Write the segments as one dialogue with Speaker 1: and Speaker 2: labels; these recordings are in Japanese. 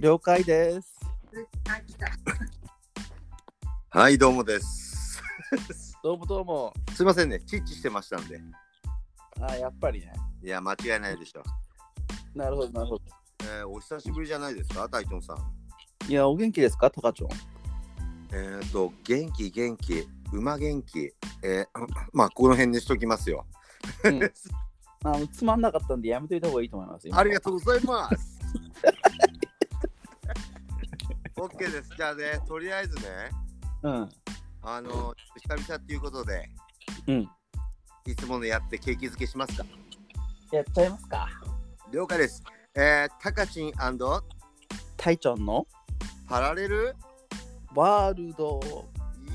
Speaker 1: 了解です。
Speaker 2: あ、来た。
Speaker 3: はい、どうもです。
Speaker 1: どうもどうも。
Speaker 3: すいませんね、チッチしてましたんで。
Speaker 1: あやっぱりね。
Speaker 3: いや、間違いないでしょ。
Speaker 1: なるほど、なるほど。
Speaker 3: えーお久しぶりじゃないですか、タイトンさん。
Speaker 1: いや、お元気ですか、タカチョン。
Speaker 3: えっ、と、元気元気、馬元気。えー まあ、この辺にしときますよ。
Speaker 1: あのつまんなかったんで、やめといた方がいいと思います。
Speaker 3: ありがと
Speaker 1: う。
Speaker 3: うございます。 オッケーです。じゃあね、とりあえずね、
Speaker 1: うん。
Speaker 3: あの、久々っていうことで、
Speaker 1: うん。
Speaker 3: いつものやって景気づけしますか。
Speaker 1: やっちゃいますか。
Speaker 3: 了解です。えー、タカチン
Speaker 1: タイチョンの
Speaker 3: パラレル
Speaker 1: ワールド。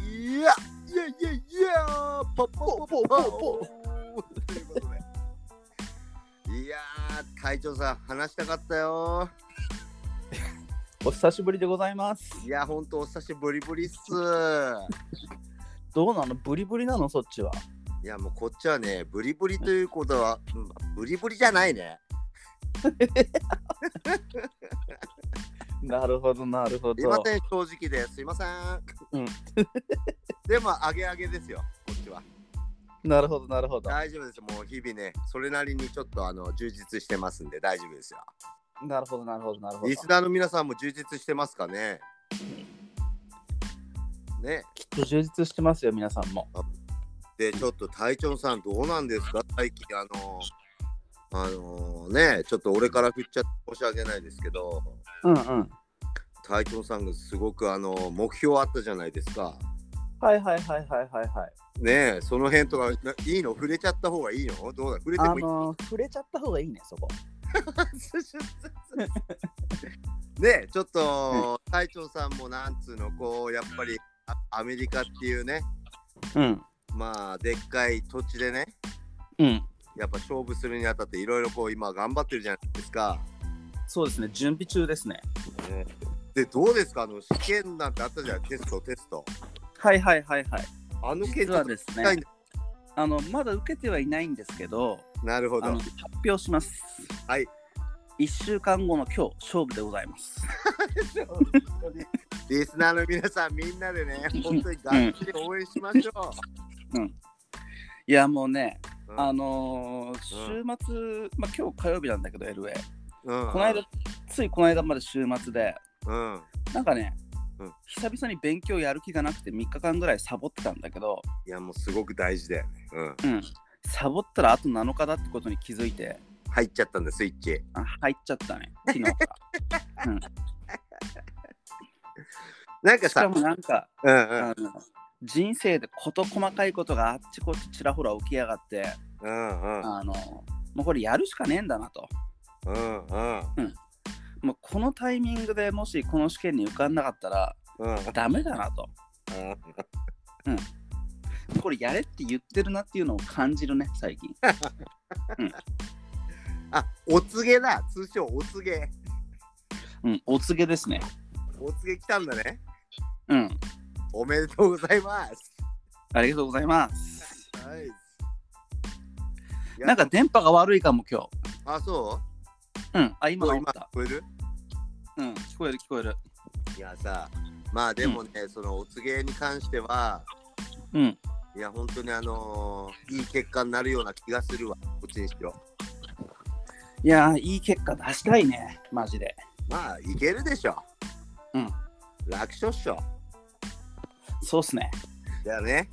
Speaker 3: いやいやいやいやポッポッポッポッポッということで いやー隊長さん話したかったよ
Speaker 1: お久しぶりでございます。
Speaker 3: いやほんとお久しぶり ぶりっす
Speaker 1: どうなのブリブリなのそっちは。
Speaker 3: いやもうこっちはねブリブリということは、うん、ブリブリじゃないね
Speaker 1: なるほど、なるほ
Speaker 3: すいま
Speaker 1: ど。
Speaker 3: せん正直ですいません、
Speaker 1: うん
Speaker 3: でもあげあげですよこっちは
Speaker 1: なるほど、なるほど。
Speaker 3: 大丈夫ですもう日々ねそれなりにちょっとあの充実してますんで大丈夫ですよ
Speaker 1: なるほど、なるほど、なるほど
Speaker 3: リ。スナーの皆さんも充実してますかねね
Speaker 1: きっと充実してますよ、皆さんも。
Speaker 3: でちょっと隊長さんどうなんですか最近あのあのねちょっと俺から振っちゃって申し訳ないですけど
Speaker 1: うんうん。
Speaker 3: 隊長さんがすごくあの目標あったじゃないですか
Speaker 1: はいはいはいはいはいはい。
Speaker 3: ねその辺とかないいの触れちゃった方がいいのどうだ触れて
Speaker 1: あ
Speaker 3: もいい、
Speaker 1: のー、触れちゃった方がいいね、そこ。
Speaker 3: ねちょっと隊長さんもなんつうのこうやっぱりあアメリカっていうね
Speaker 1: うん。
Speaker 3: まあでっかい土地でね
Speaker 1: うん。
Speaker 3: やっぱ勝負するにあたっていろいろこう今頑張ってるじゃないですか。
Speaker 1: そうですね、準備中ですね。
Speaker 3: でどうですかあの試験なんてあったじゃんテストテスト。
Speaker 1: はいはいはいはい。
Speaker 3: あの件
Speaker 1: 実
Speaker 3: ちょ
Speaker 1: は
Speaker 3: っと
Speaker 1: です
Speaker 3: 聞きたい
Speaker 1: ね
Speaker 3: んだ、
Speaker 1: あのまだ受けてはいないんですけど、
Speaker 3: なるほ
Speaker 1: あ
Speaker 3: ど
Speaker 1: の。発表します。
Speaker 3: はい。
Speaker 1: 1週間後の今日、勝負でございます。
Speaker 3: リスナーの皆さんみんなでね本当にがっちり応援しましょ
Speaker 1: いや、もうね、
Speaker 3: う。うん
Speaker 1: あのー週末、まあ、今日火曜日なんだけど、LA。
Speaker 3: うん
Speaker 1: この間、ついこの間まで週末で、
Speaker 3: うん
Speaker 1: なんかね、
Speaker 3: うん
Speaker 1: 久々に勉強やる気がなくて3日間ぐらいサボってたんだけど、
Speaker 3: いやもうすごく大事だよね。うん
Speaker 1: うん、サボったらあと7日だってことに気づいて、
Speaker 3: 入っちゃったんだスイッチ。
Speaker 1: あ入っちゃったね、昨 日から。
Speaker 3: なんか
Speaker 1: しか
Speaker 3: さ
Speaker 1: もなんか、
Speaker 3: うんうん
Speaker 1: あの人生で事細かいことがあっちこっちちらほら起きやがって、
Speaker 3: うんうん
Speaker 1: あのもうこれやるしかねえんだなと。
Speaker 3: うんうん
Speaker 1: もうこのタイミングでもしこの試験に受かんなかったら
Speaker 3: うん
Speaker 1: ダメだなと。
Speaker 3: うん
Speaker 1: これやれって言ってるなっていうのを感じるね、最近。
Speaker 3: あお告げだ通称お告げ
Speaker 1: うん、お告げですね。
Speaker 3: お告げ来たんだね。
Speaker 1: うん、
Speaker 3: おめでとうございます。
Speaker 1: ありがとうございます。
Speaker 3: はい。
Speaker 1: なんか電波が悪いかも今日。
Speaker 3: あ、そ
Speaker 1: うん、あ、
Speaker 3: う
Speaker 1: 今
Speaker 3: 今
Speaker 1: 治っ
Speaker 3: 今聞
Speaker 1: た。
Speaker 3: こえる
Speaker 1: うん、聞こえる聞こえる。
Speaker 3: いやさ、まあでもね、そのお告げに関しては、
Speaker 1: うん、
Speaker 3: いや、本当にあのーいい結果になるような気がするわ、こっちにしろ。
Speaker 1: いやー、いい結果出したいね、マジで。
Speaker 3: まあ、いけるでしょ。
Speaker 1: うん。
Speaker 3: 楽勝っしょ。
Speaker 1: そうっすね。
Speaker 3: だよね。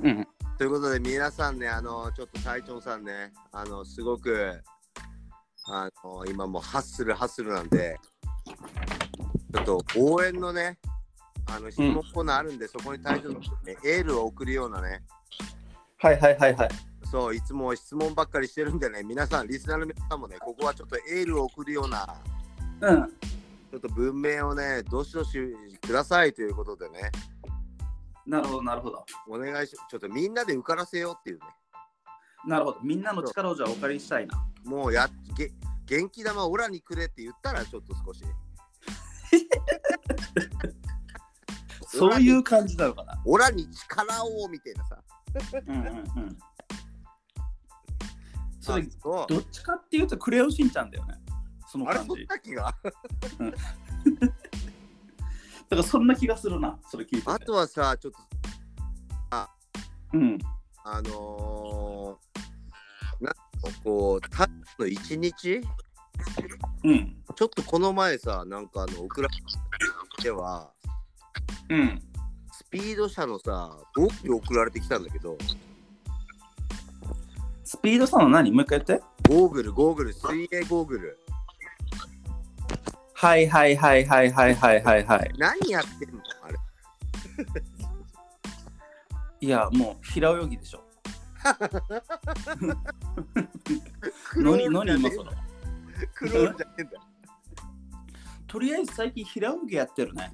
Speaker 1: うん、
Speaker 3: ということで、皆さんね、あのーちょっと隊長さんね、あのすごく、あのー今もうハッスルハッスルなんで、ちょっと応援のね、あの質問コーナーあるんで、そこに隊長の、ね、エールを送るようなね、
Speaker 1: はいはいはいはい。
Speaker 3: そう、いつも質問ばっかりしてるんでね、皆さん、リスナーの皆さんもね、ここはちょっとエールを送るような、
Speaker 1: うん。
Speaker 3: ちょっと文明をね、どしどしくださいということでね、
Speaker 1: なるほど、なるほど。
Speaker 3: お願いし、ちょっとみんなで受からせようっていうね、
Speaker 1: なるほど。みんなの力をじゃあお借りしたいな。
Speaker 3: もうや、げ元気玉オラにくれって言ったら、ちょっと少し、
Speaker 1: そういう感じなのかな。
Speaker 3: オラに力をみたいなさ、
Speaker 1: うんうんうん。それ
Speaker 3: あ、そう
Speaker 1: どっちかっていうとクレヨンしんちゃんだよね。その
Speaker 3: あれ、
Speaker 1: 感
Speaker 3: そん
Speaker 1: じ。
Speaker 3: な気が
Speaker 1: うんからそんな気がするな、それ聞いて
Speaker 3: あ
Speaker 1: て。
Speaker 3: とはさ、ちょっと、
Speaker 1: うん。
Speaker 3: あのー、なんかこう、たの一日
Speaker 1: うん。
Speaker 3: ちょっとこの前さ、なんかあの、ウクライナでは、
Speaker 1: うん。
Speaker 3: スピード車のさ、5キロ送られてきたんだけど、
Speaker 1: スピードさんの何もう一回言って。
Speaker 3: ゴーグル、ゴーグル、水泳ゴーグル。
Speaker 1: はいはいはいはいはいはいはいはい。
Speaker 3: 何やってんのあれ。
Speaker 1: いや、もう平泳ぎ でしょ。何何今それ。
Speaker 3: クロールじゃねえんだ。
Speaker 1: とりあえず最近平泳ぎやってるね。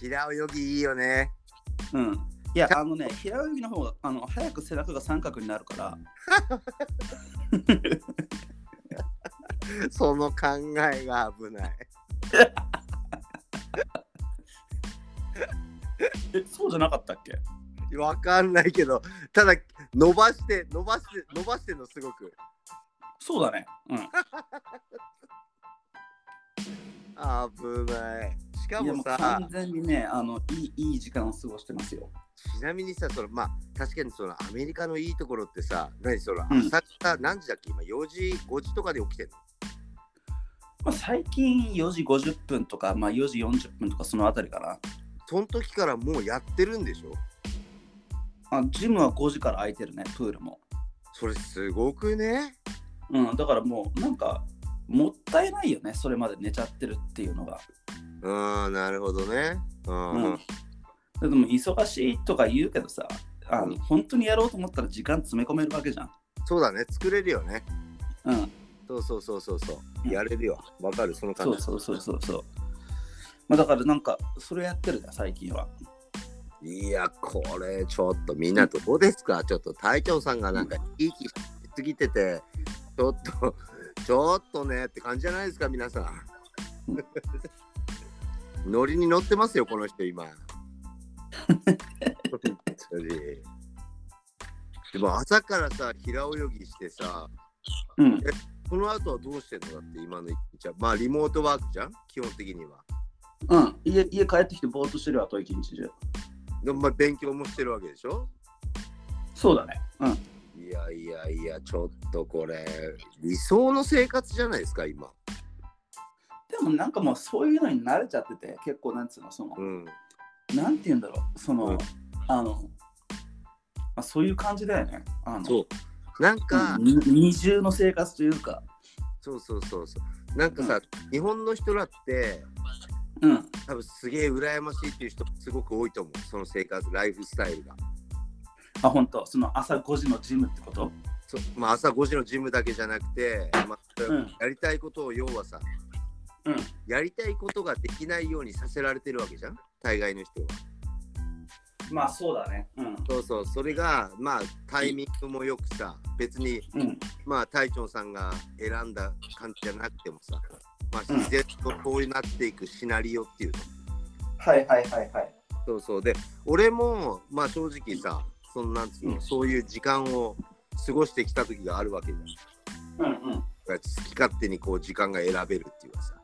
Speaker 3: 平泳ぎいいよね。
Speaker 1: うん。いや、あのね、平泳ぎの方が、あの、早く背中が三角になるから。
Speaker 3: その考えが危ない。
Speaker 1: え、そうじゃなかったっけ
Speaker 3: わかんないけど、ただ、伸ばして、伸ばして、伸ばしてんのすごく。
Speaker 1: そうだね。うん。
Speaker 3: 危ない。しか
Speaker 1: いや、も
Speaker 3: も
Speaker 1: う
Speaker 3: さ
Speaker 1: 完、全にね、あの、いい、いい時間を過ごしてますよ。
Speaker 3: ちなみにさ、そのまあ、確かにそのアメリカのいいところってさ、何その
Speaker 1: うん
Speaker 3: 朝方何時だっけ今4時、5時とかで起きてんの
Speaker 1: まあ、最近4時50分とか、まあ、4時40分とかそのあたりかな。
Speaker 3: その時からもうやってるんでしょ
Speaker 1: あジムは5時から空いてるね、プールも。
Speaker 3: それすごくね
Speaker 1: うん、だからもうなんかもったいないよね、それまで寝ちゃってるっていうのが。
Speaker 3: うーん、なるほどね。うん。
Speaker 1: うん、でも忙しいとか言うけどさあの、
Speaker 3: うん
Speaker 1: 本当にやろうと思ったら時間詰め込めるわけじゃん。
Speaker 3: そうだね、作れるよね。
Speaker 1: うん、
Speaker 3: そうそうそうそうそう。
Speaker 1: うん
Speaker 3: やれるよ。わかる、その感
Speaker 1: そ
Speaker 3: じ。
Speaker 1: うそうそうそうそう。まあ、だからなんかそれやってるね、最近は。
Speaker 3: いや、これちょっとみんなどうですかちょっと隊長さんがなんか生き生きしすぎてて、ちょっと、ちょっとねって感じじゃないですか、皆さん。ノリに乗ってますよ、この人今。本当にでも朝からさ、平泳ぎしてさ、
Speaker 1: うん、
Speaker 3: この後はどうしてんのだって今の一日は。まあリモートワークじゃん基本的には。
Speaker 1: うん、家家帰ってきてぼーっとしてるわ、あと一日中。
Speaker 3: でもまあ勉強もしてるわけでしょ
Speaker 1: そうだね。うん、
Speaker 3: いやいやいや、ちょっとこれ、理想の生活じゃないですか、今。
Speaker 1: でもなんかもうそういうのに慣れちゃってて、結構なんつうの、その、
Speaker 3: うん。
Speaker 1: なんて言うんだろう、その、
Speaker 3: うん
Speaker 1: あの、まあ、そういう感じだよね。あの
Speaker 3: そう。なんか、
Speaker 1: うんに二重の生活というか、
Speaker 3: そうそうそうそう。なんかさ、日本の人らって、
Speaker 1: うん、
Speaker 3: 多分すげえ羨ましいっていう人すごく多いと思う。その生活、ライフスタイルが。
Speaker 1: あ、本当、その朝5時のジムってこと
Speaker 3: そうまあ、朝5時のジムだけじゃなくて、まあ
Speaker 1: うん、
Speaker 3: やりたいことを要はさ、
Speaker 1: うん、
Speaker 3: やりたいことができないようにさせられてるわけじゃん大概の人は。
Speaker 1: まあそうだね。うん、
Speaker 3: そうそう、それが、まあ、タイミングもよくさ、別に
Speaker 1: うん、
Speaker 3: まあ、隊長さんが選んだ感じじゃなくてもさ、まあ、自然とこうなっていくシナリオっていうの、
Speaker 1: はいはいはいはい。
Speaker 3: そうそうで俺も、まあ、正直さそのなんつうの、
Speaker 1: うん
Speaker 3: そういう時間を過ごしてきた時があるわけじゃん
Speaker 1: うんうん、
Speaker 3: 好き勝手にこう時間が選べるっていうかさ、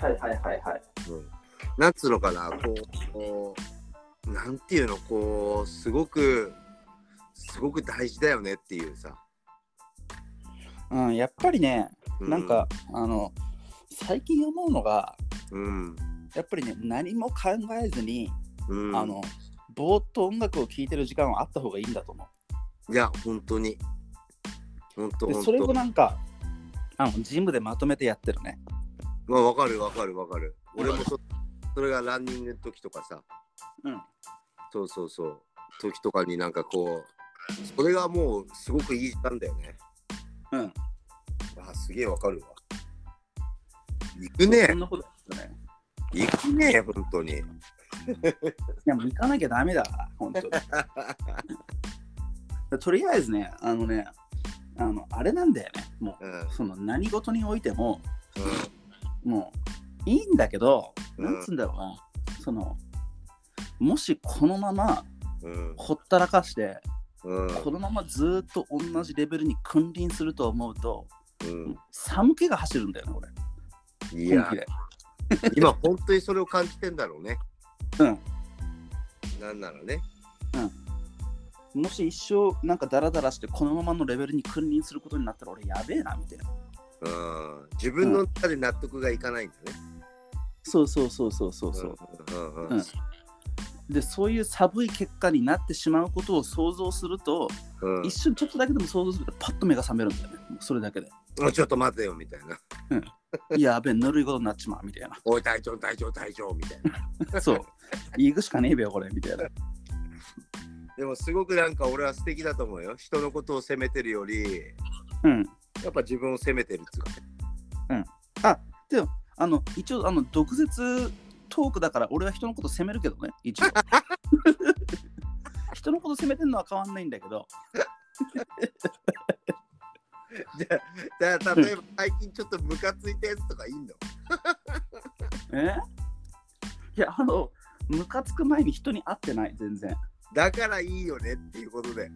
Speaker 1: はいはいはいはい。
Speaker 3: うん、なんつうのかなこうこうなんていうのこうすごくすごく大事だよねっていうさ、
Speaker 1: うん、やっぱりね、
Speaker 3: う
Speaker 1: なんか、あの、最近思うのが、
Speaker 3: うん
Speaker 1: やっぱりね、何も考えずに、
Speaker 3: うん、
Speaker 1: あの、ぼーっと音楽を聴いてる時間はあった方がいいんだと思
Speaker 3: いや本当に本当
Speaker 1: う。で
Speaker 3: 本当
Speaker 1: それをなんか、あのジムでまとめてやってるね。
Speaker 3: まあ、わかるわかるわかる。俺もそそれがランニングの時とかさ、
Speaker 1: うん、
Speaker 3: そうそうそう、時とかになんかこう、それがもうすごくいい時間だよね。
Speaker 1: うん。
Speaker 3: あ、すげえわかるわ。行くね
Speaker 1: そんなことだね。
Speaker 3: 行くね本当に。
Speaker 1: い や、もう行かなきゃダメだ、本当に。とりあえずね、あのね、あの、あれなんだよね、も
Speaker 3: うん。
Speaker 1: う、その何事においても、もう、いいんだけど、
Speaker 3: うん
Speaker 1: なんつうんだろうな、その、もしこのまま
Speaker 3: うん。
Speaker 1: ほったらかして、
Speaker 3: うん。
Speaker 1: このままずーっと同じレベルに君臨すると思うと、
Speaker 3: うん。
Speaker 1: 寒気が走るんだよね、俺。
Speaker 3: いや
Speaker 1: 本気、で
Speaker 3: 今本当にそれを感じてんだろうね。
Speaker 1: うん
Speaker 3: なんならね。
Speaker 1: もし一生なんかダラダラしてこのままのレベルに君臨することになったら俺やべえなみたいな
Speaker 3: うん。自分の中で納得がいかないんだね。
Speaker 1: そうそうそうそうそうそう、
Speaker 3: うんうんう
Speaker 1: うんんでそういう寒い結果になってしまうことを想像すると、
Speaker 3: うん
Speaker 1: 一瞬ちょっとだけでも想像するとパッと目が覚めるんだよねもうそれだ けで
Speaker 3: おいちょっと待てよみたいな。
Speaker 1: やべえぬるいことになっちまうみたい
Speaker 3: おい、隊長、隊長、隊長みたいな。
Speaker 1: なそう行くしかねえべよこれみたいな
Speaker 3: でもすごくなんか俺は素敵だと思うよ。人のことを責めてるより、
Speaker 1: うん
Speaker 3: やっぱ自分を責めてるっつうかね。
Speaker 1: あの一応あの毒舌トークだから俺は人のこと責めるけどね一応 人のこと責めてんのは変わんないんだけど
Speaker 3: だから例えば最近ちょっとムカついたやつとかいんの
Speaker 1: えいやあのムカつく前に人に会ってない全然
Speaker 3: だからいいよねっていうことで。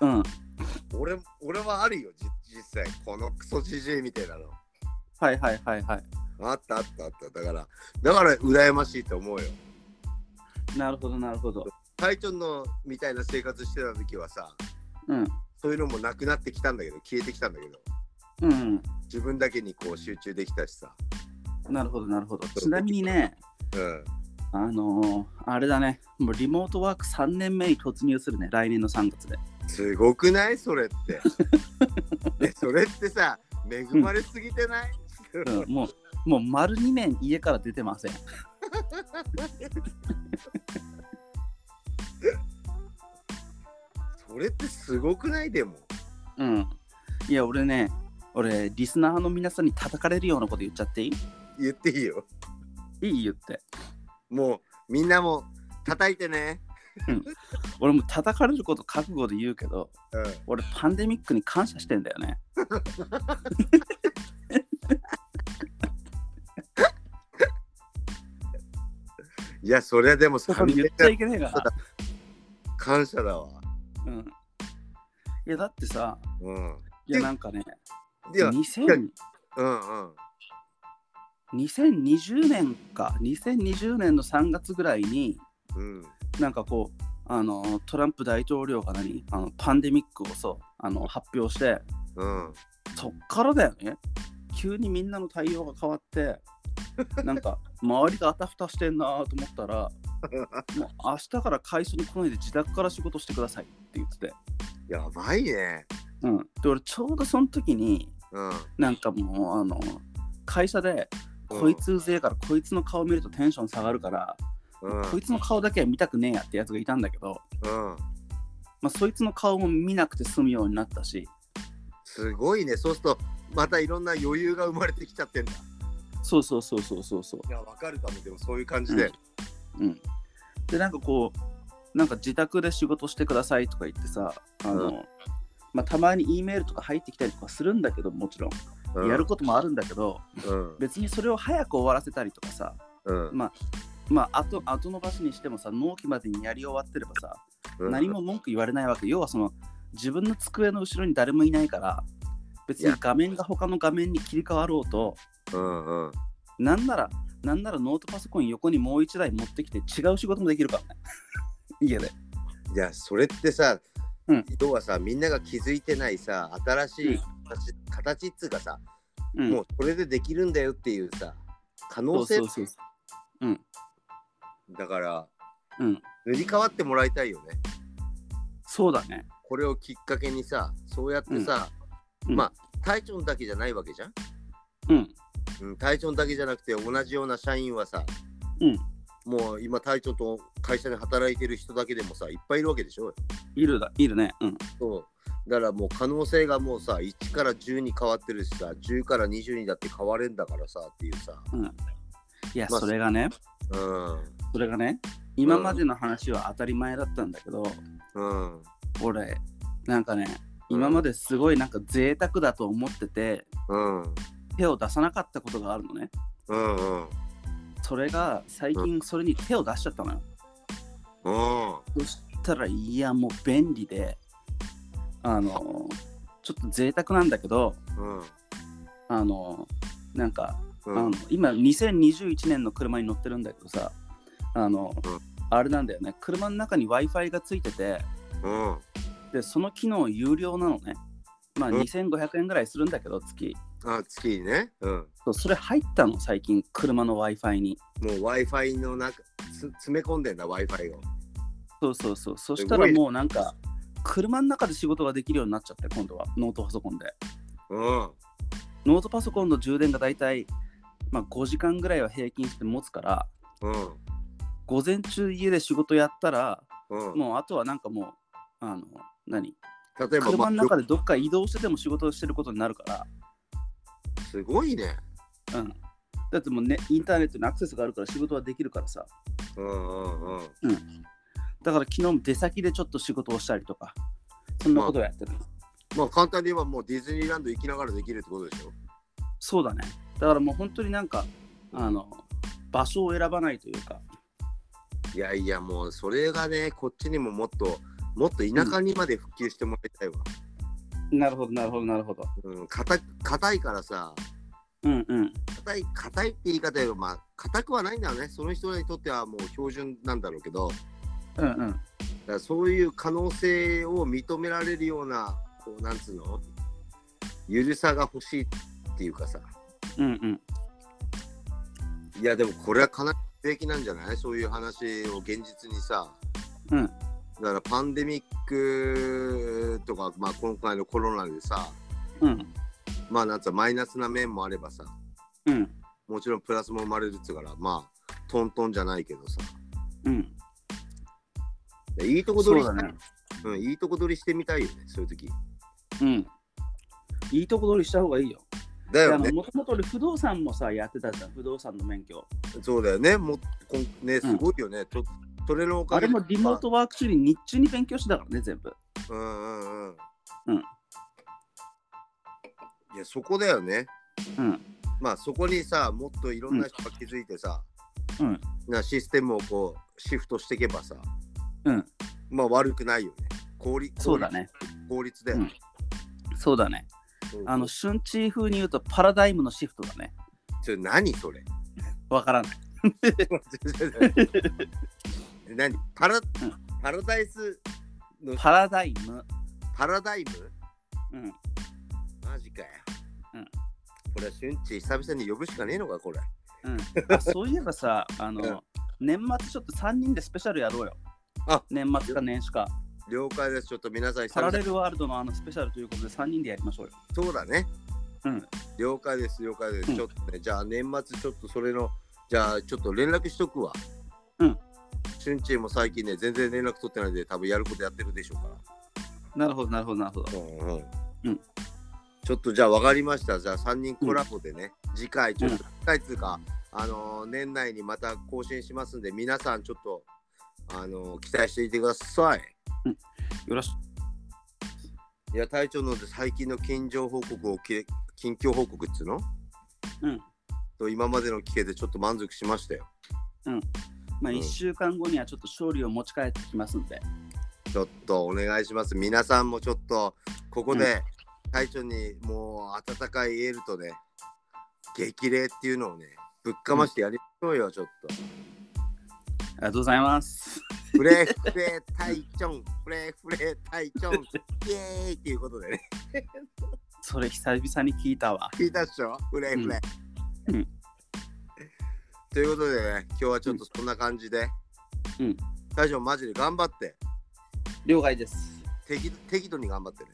Speaker 1: うん
Speaker 3: 俺俺はあるよ、じ実際。このクソじじいみたいなの。
Speaker 1: はいはいはいはい
Speaker 3: あったあったあった。だから、だから羨ましいと思うよ。
Speaker 1: なるほどなるほど
Speaker 3: 隊長のみたいな生活してた時はさ、
Speaker 1: うん
Speaker 3: そういうのもなくなってきたんだけど、消えてきたんだけど、
Speaker 1: うん
Speaker 3: 自分だけにこう集中できたしさ。
Speaker 1: なるほどなるほどちなみにね
Speaker 3: うん。
Speaker 1: あのーあれだねもうリモートワーク3年目に突入するね来年の3月です
Speaker 3: ごくないそれって。 でそれってさ、恵まれすぎてない、
Speaker 1: うんもう、もう丸2年家から出てません。
Speaker 3: それってすごくないでも。
Speaker 1: うん。いや、俺ね、俺、リスナーの皆さんに叩かれるようなこと言っちゃっていい
Speaker 3: 言っていいよ。
Speaker 1: いい言って。
Speaker 3: もうみんなも叩いてね。
Speaker 1: 俺も叩かれること覚悟で言うけど、
Speaker 3: うん。
Speaker 1: 俺、パンデミックに感謝してんだよね。
Speaker 3: いや、それでも
Speaker 1: そこに
Speaker 3: 神
Speaker 1: 言
Speaker 3: め
Speaker 1: っちゃいけねえが
Speaker 3: そう。感謝だわ。
Speaker 1: うん。いや、だってさ、
Speaker 3: うん。
Speaker 1: いや、なんかね、
Speaker 3: では、
Speaker 1: 2000
Speaker 3: うんうん。
Speaker 1: 2020年か、2020年の3月ぐらいに、
Speaker 3: うん。
Speaker 1: なんかこう、あのトランプ大統領が何あのパンデミックをそうあの発表して、
Speaker 3: うん。
Speaker 1: そっからだよね。急にみんなの対応が変わって、なんか周りがあたふたしてんなと思ったら、もう明日から会社に来ないで自宅から仕事してくださいって言ってて。
Speaker 3: やばいね。
Speaker 1: うん、で、俺ちょうどその時に、
Speaker 3: うん。
Speaker 1: なんかもう、あの、会社で、こいつうぜえから、こいつの顔見るとテンション下がるから、
Speaker 3: うん。うん。
Speaker 1: こいつの顔だけは見たくねえやってやつがいたんだけど、
Speaker 3: うん。
Speaker 1: まあ、そいつの顔も見なくて済むようになったし、
Speaker 3: すごいね。そうすると、またいろんな余裕が生まれてきちゃってんだ。
Speaker 1: そうそうそうそうそうそう。
Speaker 3: いや、わかるかも。でも、そういう感じで。
Speaker 1: うん、でなんかこうなんか自宅で仕事してくださいとか言ってさあの、
Speaker 3: う
Speaker 1: まあ、たまに E メールとか入ってきたりとかするんだけどもちろん
Speaker 3: うん
Speaker 1: やる。こともあるんだけど、
Speaker 3: うん。
Speaker 1: 別にそれを早く終わらせたりとかさ
Speaker 3: うん。
Speaker 1: まあまあ後後延ばしにしてもさ納期までにやり終わってればさ、
Speaker 3: うん
Speaker 1: 何。も文句言われないわけ要はその自分の机の後ろに誰もいないから別
Speaker 3: い
Speaker 1: に
Speaker 3: や
Speaker 1: 画面が他の画面に切り替わろうと
Speaker 3: うん。うん。
Speaker 1: なんならなんならノートパソコン横にもう一台持ってきて違う仕事もできるからね家で
Speaker 3: いや、それってさ
Speaker 1: うん。
Speaker 3: 要はさ、みんなが気づいてないさ、新しい形、形っつうかさ。
Speaker 1: うん、
Speaker 3: もう、それでできるんだよっていうさ。可能性
Speaker 1: そう。そうそう
Speaker 3: だから。
Speaker 1: そう、うん、
Speaker 3: 塗り替わってもらいたいよね。
Speaker 1: そうだね
Speaker 3: これをきっかけにさそうやってさ、
Speaker 1: うん
Speaker 3: まあ隊長だけじゃないわけじゃん、
Speaker 1: うん
Speaker 3: うん、隊長だけじゃなくて同じような社員はさ
Speaker 1: うん
Speaker 3: もう今隊長と会社で働いてる人だけでもさいっぱいいるわけでしょ
Speaker 1: いるだいるねうん
Speaker 3: そうだからもう可能性がもうさ1から10に変わってるしさ10から20にだって変われんだからさっていうさ
Speaker 1: いや
Speaker 3: まあ
Speaker 1: それがね
Speaker 3: うん
Speaker 1: それがね今までの話は当たり前だったんだけど、
Speaker 3: うん
Speaker 1: 俺なんかね今まですごいなんか贅沢だと思ってて
Speaker 3: うんうん
Speaker 1: 手を出さなかったことがあるのね
Speaker 3: うん
Speaker 1: それが最近それに手を出しちゃったのよ
Speaker 3: うん
Speaker 1: そしたらいやもう便利であのちょっと贅沢なんだけど
Speaker 3: うん
Speaker 1: あのなんか
Speaker 3: う
Speaker 1: あの
Speaker 3: ん
Speaker 1: 今2021年の車に乗ってるんだけどさあの、
Speaker 3: うん
Speaker 1: あれなんだよね車の中に w i f i がついてて
Speaker 3: うん。
Speaker 1: でその機能有料なのねまあ
Speaker 3: うん
Speaker 1: 2500円ぐらいするんだけど月
Speaker 3: あ、月にね。うん。
Speaker 1: そうそれ入ったの最近車の w i f i に
Speaker 3: もう Wi-Fi の中、つ詰め込んでんだ Wi-Fi を。
Speaker 1: そうそうそうそしたらもうなんか車の中で仕事ができるようになっちゃって今度はノートパソコンで
Speaker 3: うん。
Speaker 1: ノートパソコンの充電がだいたいまあ、5時間ぐらいは平均して持つから
Speaker 3: うん。
Speaker 1: 午前中家で仕事やったら
Speaker 3: うん、
Speaker 1: もうあとはなんかもうあの何
Speaker 3: 例えば、
Speaker 1: 車の
Speaker 3: ま
Speaker 1: 中でどっか移動してても仕事をしてることになるか
Speaker 3: あ、すごいね。
Speaker 1: ら、うん、だってもうねインターネットにアクセスがあるから仕事はできるからさ
Speaker 3: うんうんうん。
Speaker 1: だから昨日も出先でちょっと仕事をしたりとかそんなことをやってる、
Speaker 3: まあ簡単に言えばもうディズニーランド行きながらできるってことでしょ。
Speaker 1: そうだねだからもう本当になんかあの場所を選ばないというか
Speaker 3: いやいやもうそれがね、こっちにももっと、もっと田舎にまで復旧してもらいたいわ。
Speaker 1: なるほどなるほどなるほど
Speaker 3: うん、硬、硬いからさ、
Speaker 1: うんうん
Speaker 3: 硬い、硬いって言い方よりまあ硬くはないんだよね。その人にとってはもう標準なんだろうけど、
Speaker 1: うんうん
Speaker 3: だからそういう可能性を認められるような、こうなんつうの、ゆるさが欲しいっていうかさ。
Speaker 1: うんうん
Speaker 3: いやでもこれはかなりべきなんじゃないそういう話を現実にさ
Speaker 1: うん
Speaker 3: だからパンデミックとか、まあ、今回のコロナでさ
Speaker 1: うん
Speaker 3: まあなんつうのマイナスな面もあればさ
Speaker 1: うん
Speaker 3: もちろんプラスも生まれるっつうからまあトントンじゃないけどさ
Speaker 1: うん
Speaker 3: いいとこ
Speaker 1: そう
Speaker 3: 取り
Speaker 1: だ
Speaker 3: して
Speaker 1: ね
Speaker 3: うん、いいとこ取りしてみたいよねそういう時
Speaker 1: うんいいとこ取りした方がいいよ
Speaker 3: だよ
Speaker 1: いやあ
Speaker 3: ね
Speaker 1: のもともと俺不動産もさやってたじゃん不動産の免許
Speaker 3: そうだよねもうこんねすごいよね、とそれのおか
Speaker 1: あ
Speaker 3: げ
Speaker 1: れ
Speaker 3: で
Speaker 1: もリモートワーク中に日中に勉強してたからね全部
Speaker 3: うんうんうん
Speaker 1: うん
Speaker 3: いやそこだよね
Speaker 1: うん
Speaker 3: まあそこにさもっといろんな人が気づいてさ、
Speaker 1: うん
Speaker 3: なシステムをこうシフトしていけばさ
Speaker 1: うん
Speaker 3: まあ悪くないよね効率
Speaker 1: そうだね
Speaker 3: 効率だよね、
Speaker 1: そうだね
Speaker 3: うん
Speaker 1: あの春地風に言うとパラダイムのシフトだね
Speaker 3: ちょ何そ れ
Speaker 1: わからない
Speaker 3: 何パラ、
Speaker 1: ん
Speaker 3: パラダイスの
Speaker 1: パラダイム
Speaker 3: パラダイム
Speaker 1: うん
Speaker 3: マジかよ、
Speaker 1: うん
Speaker 3: これは俊地久々に呼ぶしかねえのかこれ
Speaker 1: うんあ そういえばさあの、
Speaker 3: うん
Speaker 1: 年末ちょっと3人でスペシャルやろうよ
Speaker 3: あ
Speaker 1: 年末か年始か
Speaker 3: 了解ですちょっと皆さん久
Speaker 1: パラ
Speaker 3: 々
Speaker 1: レルワールドのあのスペシャルということで3人でやりましょうよ
Speaker 3: そうだね
Speaker 1: うん
Speaker 3: 了解です了解です、
Speaker 1: うん
Speaker 3: ちょっとねじゃあ年末ちょっとそれのじゃあちょっと連絡しとくわ
Speaker 1: うん
Speaker 3: 俊ちも最近ね全然連絡取ってないんで多分やることやってるでしょうか
Speaker 1: なるほどなるほどなるほど
Speaker 3: らうんうん
Speaker 1: うん
Speaker 3: ちょっとじゃあ分かりましたじゃあ3人コラボでね、次回ちょっと次回つうか、あのー年内にまた更新しますんで皆さんちょっとあのー期待していてください
Speaker 1: よろし
Speaker 3: いや隊長の最近の近況報告をき近況報告っつうの
Speaker 1: くうん
Speaker 3: と今までの聞けてちょっと満足しましたよ
Speaker 1: まあ
Speaker 3: うん
Speaker 1: 1週間後にはちょっと勝利を持ち帰ってきますんで
Speaker 3: ちょっとお願いします。皆さんもちょっとここで隊長にもう温かいエールとね、激励っていうのをね、ぶっかましてやりましょうよ、ちょっと。
Speaker 1: ありがとうございます
Speaker 3: フレフレ隊長、フレフレ隊長、イエーイっていうことでね、
Speaker 1: それ久々に聞いたわ
Speaker 3: 聞いたっしょフレフレ。
Speaker 1: うんうん
Speaker 3: ということでね、今日はちょっとそんな感じで、
Speaker 1: うん
Speaker 3: 隊長マジで頑張って、
Speaker 1: 了解です
Speaker 3: 適適度に頑張ってね。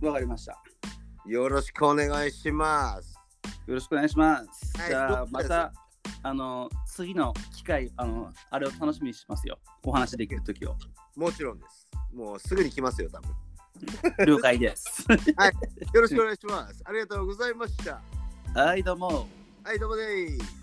Speaker 1: わかりました
Speaker 3: よろしくお願いします。
Speaker 1: よろしくお願いします。
Speaker 3: はい
Speaker 1: じゃあ
Speaker 3: そう
Speaker 1: ま
Speaker 3: です
Speaker 1: たあの次の機会あのあれを楽しみにしますよ。お話できる時を。
Speaker 3: もちろんです。もうすぐに来ますよ、多分。
Speaker 1: 了解 です。
Speaker 3: よろしくお願いします。ありがとうございました。
Speaker 1: はいどうも。
Speaker 3: はい、どうもです。